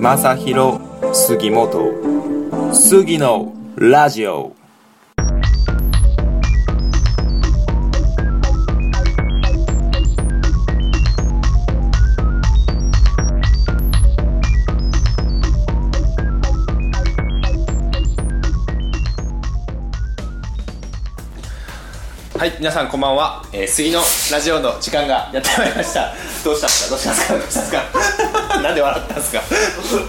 正弘杉本杉のラジオはい、皆さんこんばんは、えー、杉のラジオの時間がやってまいりました どうしたんですかどうしたんですかどうしたんですか なんで笑ったんですか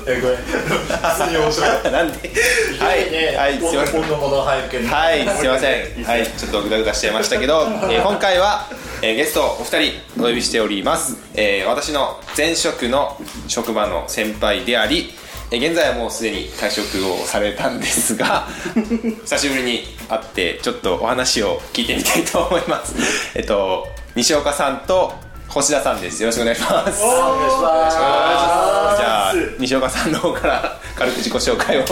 えごめん普通に面白いなんではい、はい、すいません本のもの拝見はい、すいませんはい、ちょっとグダグダしちゃいましたけど、えー今回は、えーゲストお二人お呼びしております、えー私の前職の職場の先輩でありえー現在はもうすでに退職をされたんです が久しぶりに会ってちょっとお話を聞いてみたいと思いますえっと西岡さんと星田さんですよろしくお願いしますお願いしますじゃあ西岡さんの方から軽く自己紹介を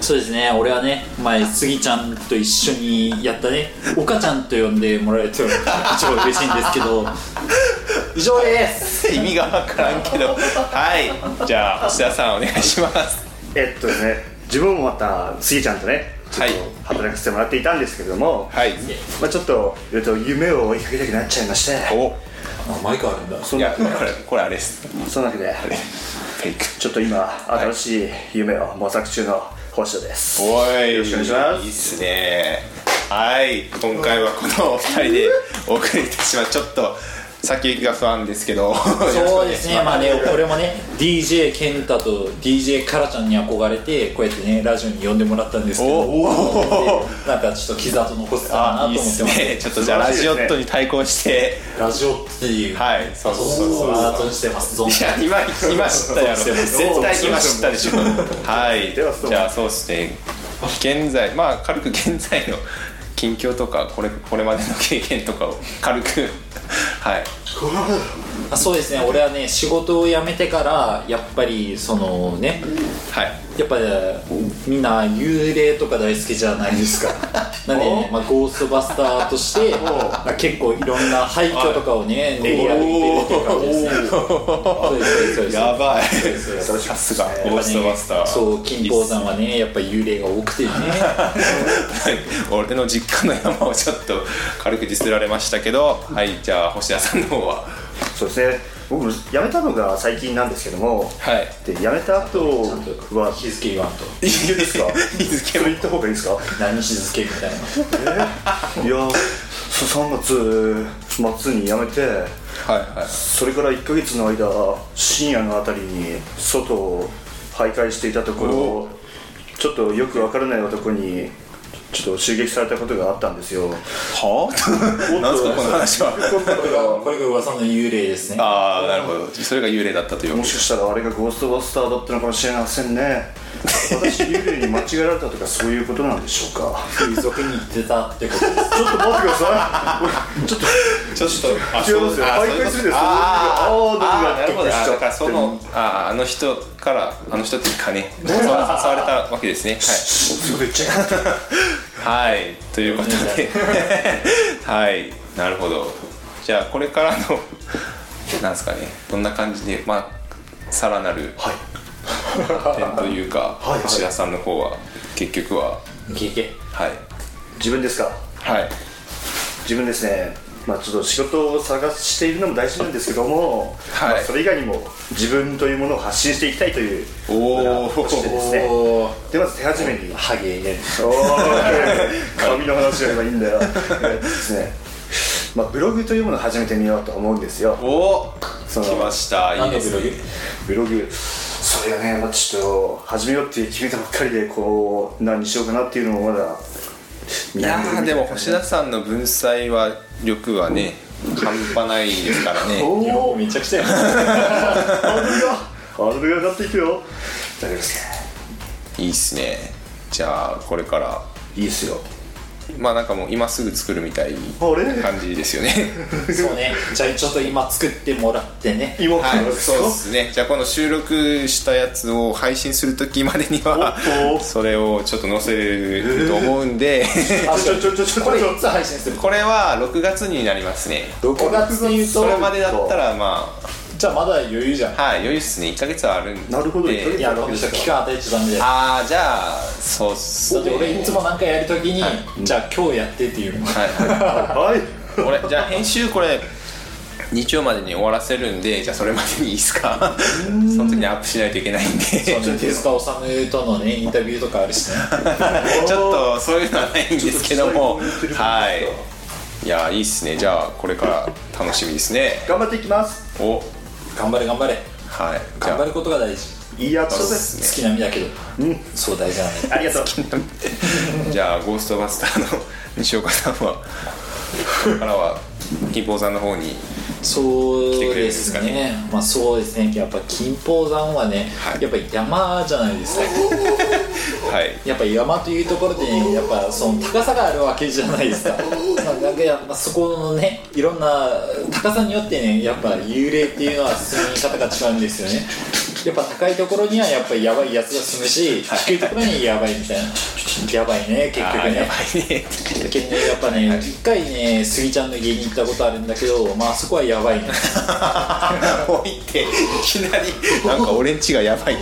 そうですね俺はね前杉ちゃんと一緒にやったね岡ちゃんと呼んでもらえると一番嬉しいんですけど以上です意味がわからんけどはいじゃあ星田さんお願いしますえっとですね自分もまたスギちゃんとねちょはっとい働かせてもらっていたんですけれども、はいまあ、ちょっといろいろと夢を追いかけたくなっちゃいましておあマイクあるんだそいんなやこれこれあれですそんなわけでフェイクちょっと今新しい夢を模索中の星野ですおいよろしくお願いしますいいっすねはい今回はこのお二人でお送りいたしますちょっと先行きが不安ですけどそうですねまあね俺もね DJ 健太と DJ カラちゃんに憧れてこうやってねラジオに呼んでもらったんですけどおおなんかちょっと傷跡残せたらなとあい思いっってますすねちょっとじゃあラジオットに対抗してラジオっていうはいそうそうそうそうアートにしてますゾーンいや今今知ったやろ絶対今知ったでしょはいではそうじゃあそうですね現在まあ軽く現在の近況とかこれこれまでの経験とかを軽く はいあそうですね俺はね仕事を辞めてからやっぱりそのねはいやっぱりみんな幽霊とか大好きじゃないで すかなんで、ねまあ、ゴーストバスターとしてまあ結構いろんな廃墟とかをね練り歩いてるっていう感じですねそうですそうですそうやですばいよろ しくさすがやっゴーぱねストバスターそう金峰山はねやっぱ幽霊が多くて ね俺の実家の山をちょっと 軽くディスられましたけどはいじゃあ星田さんの方はそうですね僕も辞めたのが最近なんですけどもはいで辞めた後は日付言わんといいです かいいですけそどれ言った方がいいですか何日付みたいな いや3月末に辞めてはいはいそれから1ヶ月の間深夜のあたりに外を徘徊していたところちょっとよくわからない男にちょっと襲撃されたことがあったんですよはあ なんすかこの話はこれが噂の幽霊ですねああなるほどそれが幽霊だったというもしかしたらあれがゴーストバスターだったのかもしれませんね私幽霊に間違えられたとかそういうことなんでしょうか風俗に行ってたってことですちょっと待ってくださちょっとあ違いますよあ徘徊するんですよあーああーーなるほどどうもあーやってだまからしたそのあーあの人からあの人っていうかねそう誘われたわけですねいそこで言っちゃいはい、はい、ということ ではいなるほどじゃあこれからのなんですかねどんな感じでまあさらなる点というかはいはい星田さんの方は結局はいけいけはい自分ですかはい自分ですねまあちょっと仕事を探しているのも大事なんですけども、はいまあそれ以外にも自分というものを発信していきたいというおおそしてですねおーでまず手始め にハゲねおー髪の話やればいいんだよえっとですねまあブログというものを始めてみようと思うんですよおそーの来ましたいいですね何のブログブログそれがね、まあ、ちょっと始めようって決めたばっかりでこう何にしようかなっていうのもまだ いやーでも星田さんの文才は力はね半端ないですからねおおめちゃくちゃやハードルがハードルが上がっていくよ大丈夫ですねいいっすねじゃあこれからいいですよまあなんかもう今すぐ作るみたいあれな感じです よねそうねじゃあちょっと今作ってもらってね今はいからですそうよですねじゃあこの収録したやつを配信する時までにはおっとそれをちょっと載せると思うん でちょちょちょちょこれいちょつ配信するこれは6月になりますね6月で言うとそれまでだったらまあじゃあまだ余裕じゃんはい余裕っすね1ヶ月はあるんでなるほど一ヶい月やだから期間与えちゃダメでだああじゃあそうっすって俺いつもなんかやるときに、じゃあ今日やってっていうのははいい俺じゃあ編集これ日曜までに終わらせるんでじゃあそれまでにいいっすかその時にアップしないといけないんでちょっ手塚治虫とのねインタビューとかあるしねとそういうのはないんですけどもはいいやいいっすねじゃあこれから楽しみですね頑張っていきますお頑張れ頑張れはいじ頑ゃ張ることが大事いいやつそうでですす好きな身だけど、そう大 事なのねありがとうあじゃあゴーストバスターの西岡さんはここからは金峰さんの方にそてうくれるんでですすかねねまあそうですねやっぱ金峰山はね、はいやっぱ山じゃないですかはいやっぱ山というところでねやっぱその高さがあるわけじゃない ですかまあなんかやっぱそこのねいろんな高さによってねやっぱ幽霊っていうのは進み方が違うんですよねやっぱ高いところにはやっぱりやばいやつが住むし低いところにやばいみたいなやばいね結あ局ーやねば いね結構やっぱね一回ねスギちゃんの家に行ったことあるんだけどまああそこはや ばいね置いていきなりなんか俺んちがやばいね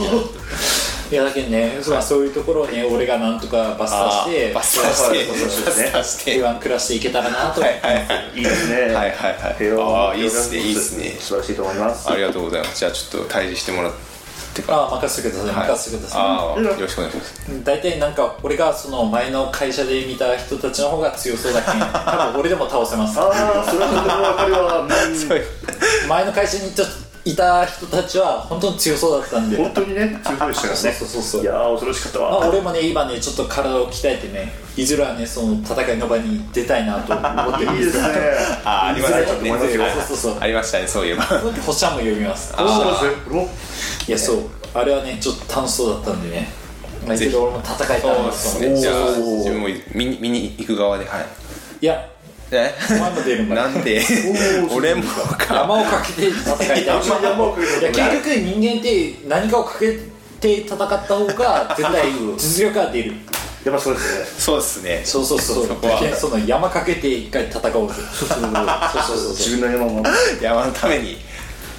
いやだけどね、そうそういうところをね、俺がなんとかバスターして、バスターしてそうそうそうバスターして A1 暮らしていけたらなと思って、いいですねはいはいはい平和あーいいっすねいいっすね素晴らしいと思いますありがとうございますじゃあちょっと退治してもらってからああ、任せてください、はい任せてくださああよろしくお願いしますい。大体なんか、俺がその前の会社で見た人たちの方が強そう だけん、多分俺でも倒せます。ああそれはとてもわかるわうん前の会社にいたいた人たちは、本当に強そうだったんで、本当にね強そうでしたそうからねそうそうそうい。やー恐ろしかったまあ、わ俺もね、今ね、ちょっと体を鍛えてね、いずれはね、その戦いの場に出たいなと思ってるんいいでですすが、ね ああありましたねいいですねはいそうそうそう ありましたねそういえば星ちゃんも呼びます。あそうですねいやそうあれはねちょっと楽しそうだったんでねまあぜけひど俺も戦いたいそうなでとす思ねうじゃあおー自分も見に見に行く側ではいいやえ前も出る 前なんで俺もか山をかけて戦いたいいや山山をかけて結局人間って何かをかけて戦った方 が絶対実力が出るやっぱそうですねそうですねそうそうそうそこはだけどその山かけて一回戦おうそうそうそうそうそう自分の山も山のために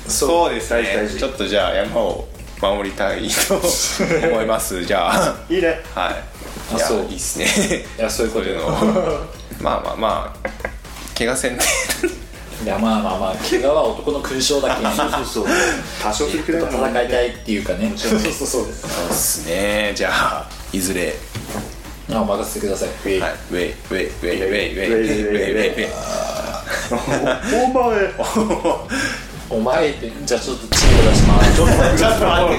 そうそうです大ね事ちょっとじゃあ山を守りたい と思いますじゃあいいねはい。あいやそういいっすね。い やそういうそこうというよのを。まあまあまあ。怪我せんで。いやまあまあまあ怪我は男の勲章だけにそうそう多少するくらいの戦いたいっていうかねそうそうそうそうそうっすね。じゃあ、いずれ。あお任せくださいはい。ウェイ、ウェイ、ウェイ、ウェイ、ウェイ、ウェイ、ウェイ、ウェイ、ウェイ。お前お前ってじゃあちょっとチーム出しますちょっと待ってく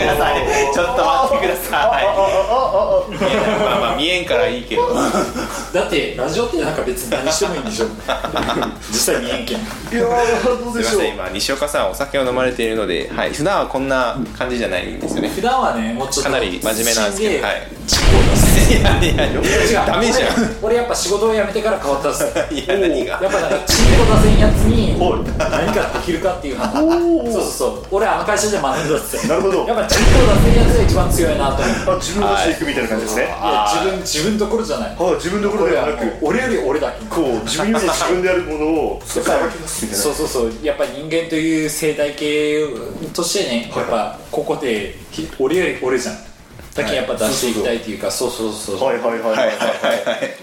ださい。ちょっと待ってください。いやまあまあ、見えんからいいけど。だってラジオってなんか別に何してもいいんでしょ 実際見えんけんいやーどうすいでましょうせん、今、西岡さん、お酒を飲まれているので、はい。普段はこんな感じじゃないんですよね。普段はねもうちょっかとなり真面目なんですけど、はい。いやいやい違や、うダメじゃん。俺俺やっぱ仕事を辞めてから変わったっすやっいや、何が。ぱなんかチンコ出せんやつにおい何かできるかっていう話そうそうそう俺あの会社で学んだっすなるほどやっぱチンコ出せんやつが一番強いなと思うあ自分出していくみたいな感じですねいや自分自分どころじゃないはい自分のところ俺でははなもくう俺より俺だけこう自分より自分でやるものをそやっぱかりきますみたいそうそうそうやっぱ人間という生態系としてね、やっぱここでひ俺より俺じゃんだけどやっぱ出していきたいというか、そうそうそうなはいはいはいはいはい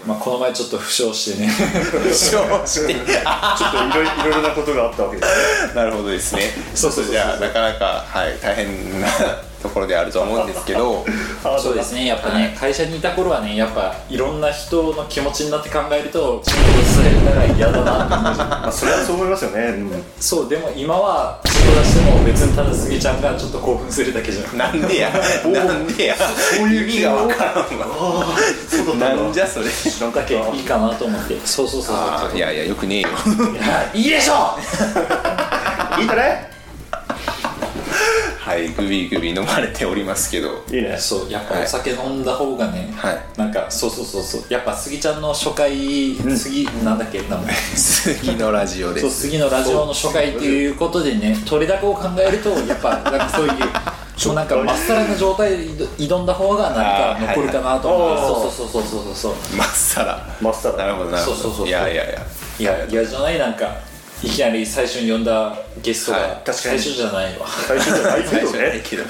まあ、この前ちょっと負傷してねちょっといろいろいろなことがあったわけですねなるほどですね。そうそうそうそうじゃあなかなかはい大変なところであると思うんですけど、あーそうですねやっぱね、会社にいた頃はねやっぱいろんな人の気持ちになって考えると仕事伝えるなら嫌だなって思うじゃんまあそれはそう思いますよねうん そうでも今は仕事出しても別にただスギちゃんがちょっと興奮するだけじゃんなんでや、なんでや、意味がわからそうだっんたわ。んだなんじゃそれ。だけいいかなと思って そうそうそうあーいやいやよくねえよ。そういいでしょいいんだねはいグビグビ飲まれておりますけど。いいねそうやっぱお酒飲んだ方がね、はいなんかそうそうそうそうやっぱ杉ちゃんの初回、杉なんだっけ名前次のラジオでそう杉のラジオの初回っていうことでね取れ高を考えるとやっぱなんかそういうもうなんかまっさらな状態で挑んだ方がなんか残るかなと思って、あーはいはいそうそうそうそうそうそうまっさら。まっさらなるほどなるほど。そうそうそうそういやいやいや。いやいやじゃないなんかいきなり最初に呼んだゲストが、はい確かに最初じゃないわ最初じゃないけどじゃなねいけどは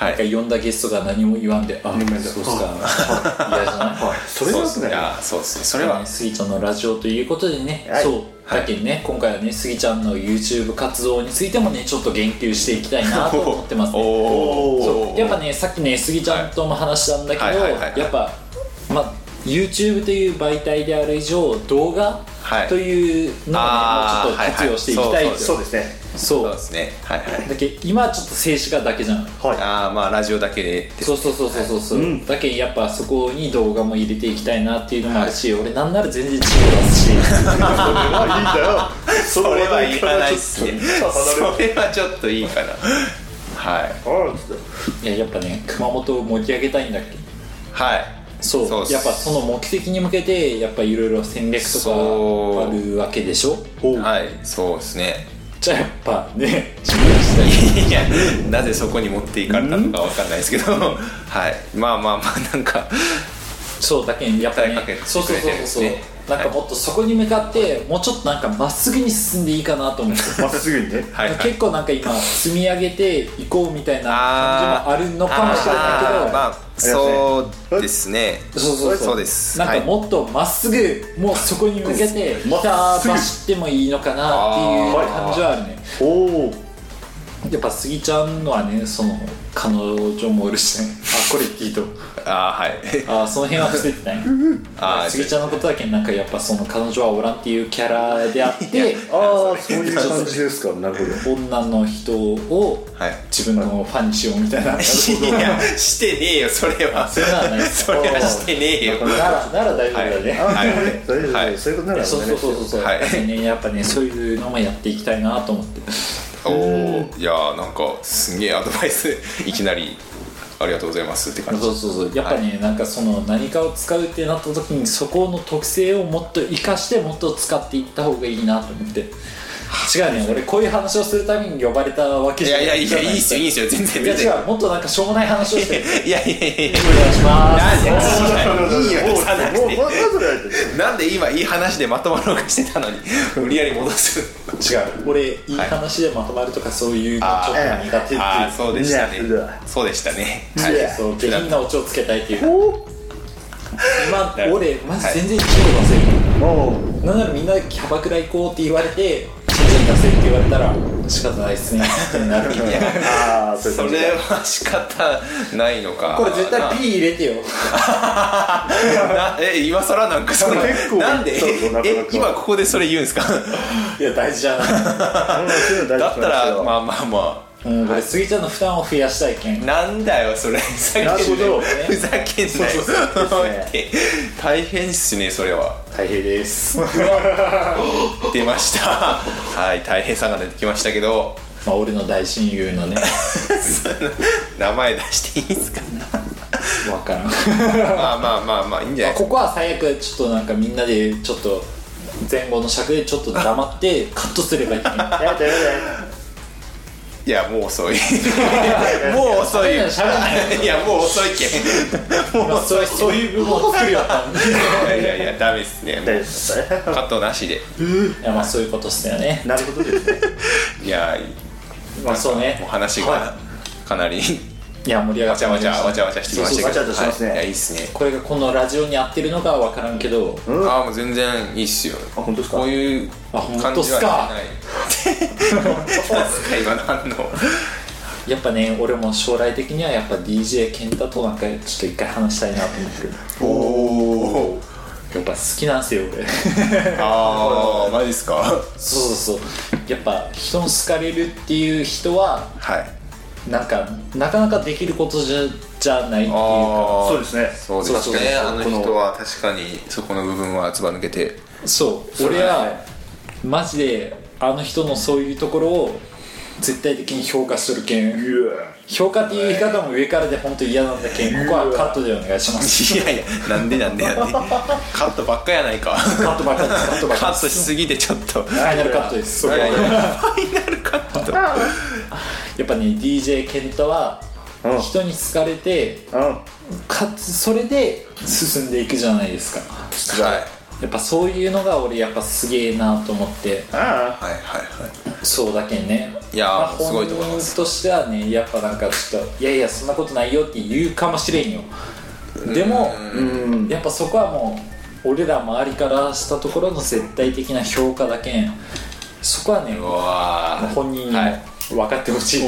なんかい呼んだゲストが何も言わんであそうっすか嫌じゃないそれはよくいないやそうですねそそれれははスギちゃんのラジオということでね、はいそうだけにね、今回はねスギちゃんの YouTube 活動についてもねちょっと言及していきたいなと思ってますねそうやっぱねさっきねスギちゃんとも話したんだけど、はいはいはいはいはいやっぱまあ YouTube という媒体である以上動画はいというのをね、あーもうちょっと活用していきたいと、はいはいそうですねそそううですねはいはいだけど今はちょっと静止画だけじゃんはああまあラジオだけでそうそうそうそうそうそう、だけどやっぱそこに動画も入れていきたいなっていうのもあるし、俺なんなら全然違いま すしいいいんだよそそれは言いらないっすねそれはちょっといいかなはいいややっぱね熊本を盛り上げたいんだっけはいそうそうっすやっぱその目的に向けてやっぱいろいろ戦略とそうかあるわけでしょはいそうですねじゃあやっぱね自分したいいやなぜそこに持っていかれたのかわかんないですけ どはいまあまあまあなんかそうだけにやっぱね訴えかけてくれてるそうそうそうそう、ねなんかもっとそこに向かって、もうちょっとなんかまっすぐに進んでいいかなと思ってまっすぐにねはいはい結構なんか今積み上げていこうみたいな感じもあるのかもしれないあけーど、まあそうですねそうそうそうそうですなんかはいもっとまっすぐ、もうそこに向けてひた走ってもいいのかなっていう感じはあるねおおやっぱスギちゃんのはねその彼女もおるしねあこれ聞いとあーはいあその辺は伏せてあなーいスギちゃんのことだけなんかやっぱその彼女はおらんっていうキャラであってああそういう感じですかなるほど女の人をはい自分のファンにしようみたいな、そ いやしてねえよそれはれはないですそれはしてねえよならなら大丈夫だね、はい大丈夫、はいそういうことならそうそうそううそう、はいだからねやっぱねそういうのもやっていきたいなと思っておおいやーなんかすげえアドバイスいきなりありがとうございますって感じそうそうそうやっぱね、なんかその何かを使うってなった時にそこの特性をもっと生かしてもっと使っていった方がいいなと思って違うね俺こういう話をするために呼ばれたわけいじゃなやいいやいやいいっすよいいっすすよ全然いや全然違うもっとなんかしょうもない話をして いやいやいやいやお願いしますなんでいいよさなくもうてまだそれやってるなんで今いい話でまとまろうとしてたのに無理やり戻す違う俺いい話でまとまるとかそういうのちょっと苦手っていうああそうでしたねいやそうでしたねはいはいそう下品なオチをつけたいっていう今俺マジ全然知恵を出せる、もなんならみんなキャバクラ行こうって言われて知恵出せって言われたら仕方ないっすねってなるうああそそういう感じれは仕方ないのかこれ絶対な P 入れてよな え今更なんかその結構なんでそうそうなかなえか今ここでそれ言うんですか いや大事じゃないうんそういうの大だっ事たなんですらよまあまあまうん俺杉ちゃんの負担を増やしたいけあんなんだよそれふざけんななるほどよふざけんなよって大変っすねそれは大変 ですま出ましたはい大変さが出てきましたけどあ俺の大親友のね名前出していいですか分からんまあまあまあまあいいんじゃないですここは最悪ちょっとなんかみんなでちょっと前後の尺でちょっと黙ってカットすれ ばいいやだやかいやもう遅いもう遅い喋んない喋んないいやもう遅いけ今そうそういう部分を作るよったんでんいやいやダメっすねもだうやだやカットなしでいやまあそういうことっすよねなるほどですねいやまあそうねもう話がかなり いや盛り上がわっちてゃまわいりちゃましたわちゃわちゃしてきましたけどそうそうわちゃわちゃしてますねはいいやいいっすねこれがこのラジオに合ってるのかは分からんけどああもう全然いいっすよあ本当ですかこういうあ感本当っじすはかない本当っすか今の反応やっぱね俺も将来的にはやっぱ DJ 健太となんかちょっと一回話したいなと思ってるおおやっぱ好きなんすよ 俺ああマジっすかそうそうそうやっぱ人に好かれるっていう人ははいなんかなかなかできることじゃじゃないっていうかああそうですねそうですそうそうねあのこの人は確かにそこの部分はずば抜け てそうれ俺ははマジであの人のそういうところを絶対的に評価するけん評価っていう言い方も上からで本当嫌なんだけんここはカットでお願いしますいやいやなんでなんでなんでカットばっかやないか カットばっかりですカットばっカかりッでトしすすぎてちょっとファイナルカットですいやいやファイナルカットやっぱね DJ ケンタはうん人に好かれてうんかつそれで進んでいくじゃないですかはいやっぱそういうのが俺やっぱすげえなと思ってああはいはいそうだけんねいやーまあすごいと思います本人としてはねやっぱなんかちょっと「いやいやそんなことないよ」って言うかもしれんよでもうんやっぱそこはもう俺ら周りからしたところの絶対的な評価だけんそこはねはいわ本人にもはい分かってほしい、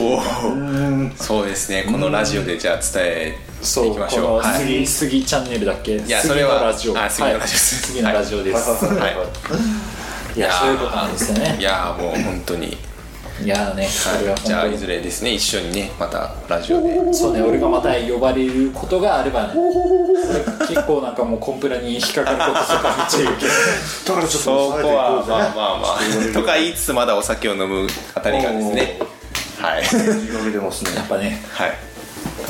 ーそうですねこのラジオでじゃあ伝えそていうきこましょうのはい杉,、杉チャンネルだっけいやそれは杉のラジオあ杉のラジオです杉のラジオです、はい い、やいやーそういうことなんですよねいやーもう本当にいやーねそれはじゃあ本い当ずれですね一緒にねまたラジオでにそうね俺がまた呼ばれることがあればねそれ結構なんかもうコンプラに引っかかることとかめっちゃ言うけどだからちょそっとこ抑えていこはうぜまあまあまあ とか言いつつまだお酒を飲むあたりがですねはい飲みてますねやっぱねはい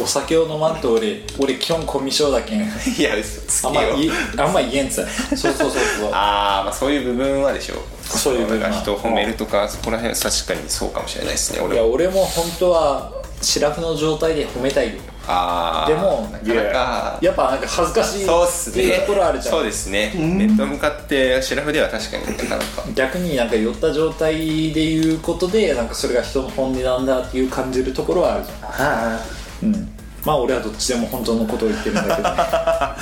お酒を飲まんと俺俺基本コミショだけんいや嘘つあんまけよ言えあんま言えんつうそうそうそうそうあーまあそういう部分はでしょうそういう部分はなんか人を褒めるとかそこら辺は確かにそうかもしれないですねい俺やは俺も本当はシラフの状態で褒めたいよああでもなかなかやっぱなんか恥ずかしいそうっすっていうねところあるじゃんそうですねネット向かってシラフでは確かになかな か逆になんか酔った状態で言うことでなんかそれが人の本音なんだっていう感じるところはあるじゃんうんまあ俺はどっちでも本当のことを言ってるんだ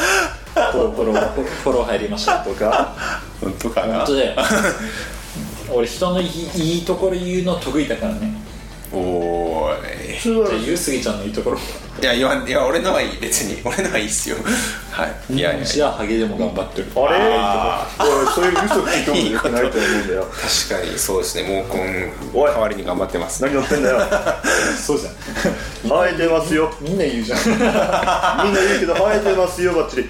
けどねフォローフォローフォローフォロー入りましたとか本当か本な当 だよ俺人のいいいいところ言うの得意だからねおーい普通はじゃあゆうすぎちゃんのいいところいや言わんいや俺のはいい別に俺のはいいっすよ はいいやいやじゃあハゲでも頑張ってるあれおいそういう嘘ついてもよくないと思うんだよ確かにそうですね毛根おい代わりに頑張ってます何乗ってんだよそうじゃん生えてますよみんな言うじゃんみんな言うけど生えてますよバッチリ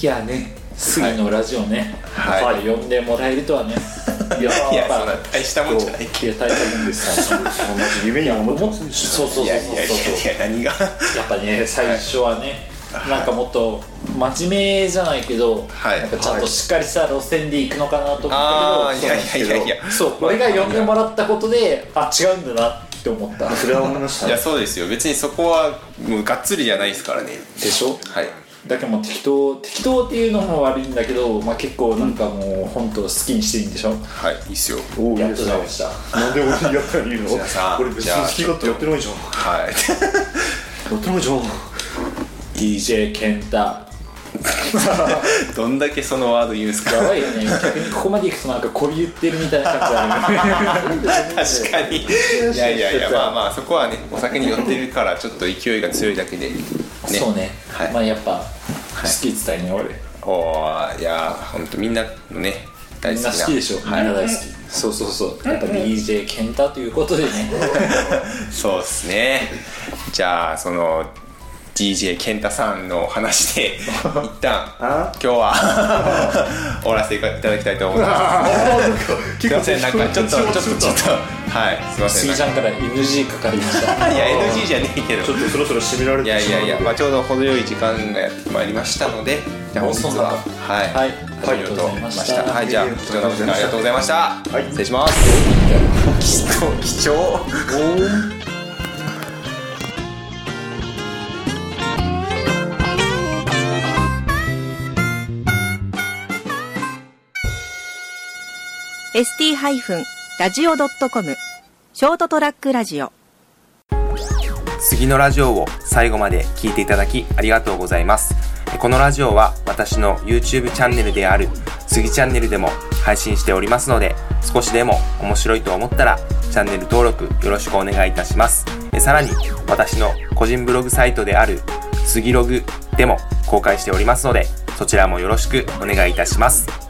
いやね杉のラジオね、はいやっぱり呼んでもらえるとはね いやいやまあそんな大したもんじゃないいや大変ですからね夢には思って思まっすそうそうそうそういやいやいやいや何がやっぱね最初はね、なんかもっと真面目じゃないけど、はいなんかちゃんとしっかりした路線で行くのかなと思ああっいたやけどいやいやいやそうそう俺が呼んでもらったことであ違うんだなって思ったそれは思いましたいやそうですよ別にそこはもうがっつりじゃないですからねでしょはいだけどもう適当適当っていうのも悪いんだけど、まあ、結構なんかもう本当好きにしていいんでしょ、はいいいっすよおおいいやっでとすじねゃましたなんで俺にやったらいいのじゃあさ俺別に好き勝手やってないじゃんはい やってないじゃん DJ ケンタどんだけそのワード言うんですかやばいよね逆にここまでいくとなんかこび言ってるみたいな感じあるよね確 かにいやいやいやまあまあそこはねお酒に酔ってるからちょっと勢いが強いだけでねそうね、はいまあやっぱ好き伝えね俺おーいやーほんとみんなのね大み好んきなな好きでしょ、はいみんな大好きそうそうそうやっぱ DJ ケンタということでね そうですねじゃあその DJ 健太さんの話 で一旦今日は 終わらせていただきたいと思い ますすいませんなんかちょっ とちょっとちょっとはいすいません杉ちゃんから NG かかりましたいや NG じゃねえけどちょっとそろそろ締められいやていしまうやいや、まあ、ちょうど程よい時間がやってまいりましたのでじゃあ本日ははいはいありがとうございましたはいじゃあ貴重なお時間ありがとうございました、い失礼します 貴重貴重ー ST-radio.com ショートトラックラジオ次のラジオを最後まで聞いていただきありがとうございますこのラジオは私の YouTube チャンネルである杉チャンネルでも配信しておりますので少しでも面白いと思ったらチャンネル登録よろしくお願いいたしますえさらに私の個人ブログサイトである杉ログでも公開しておりますのでそちらもよろしくお願いいたします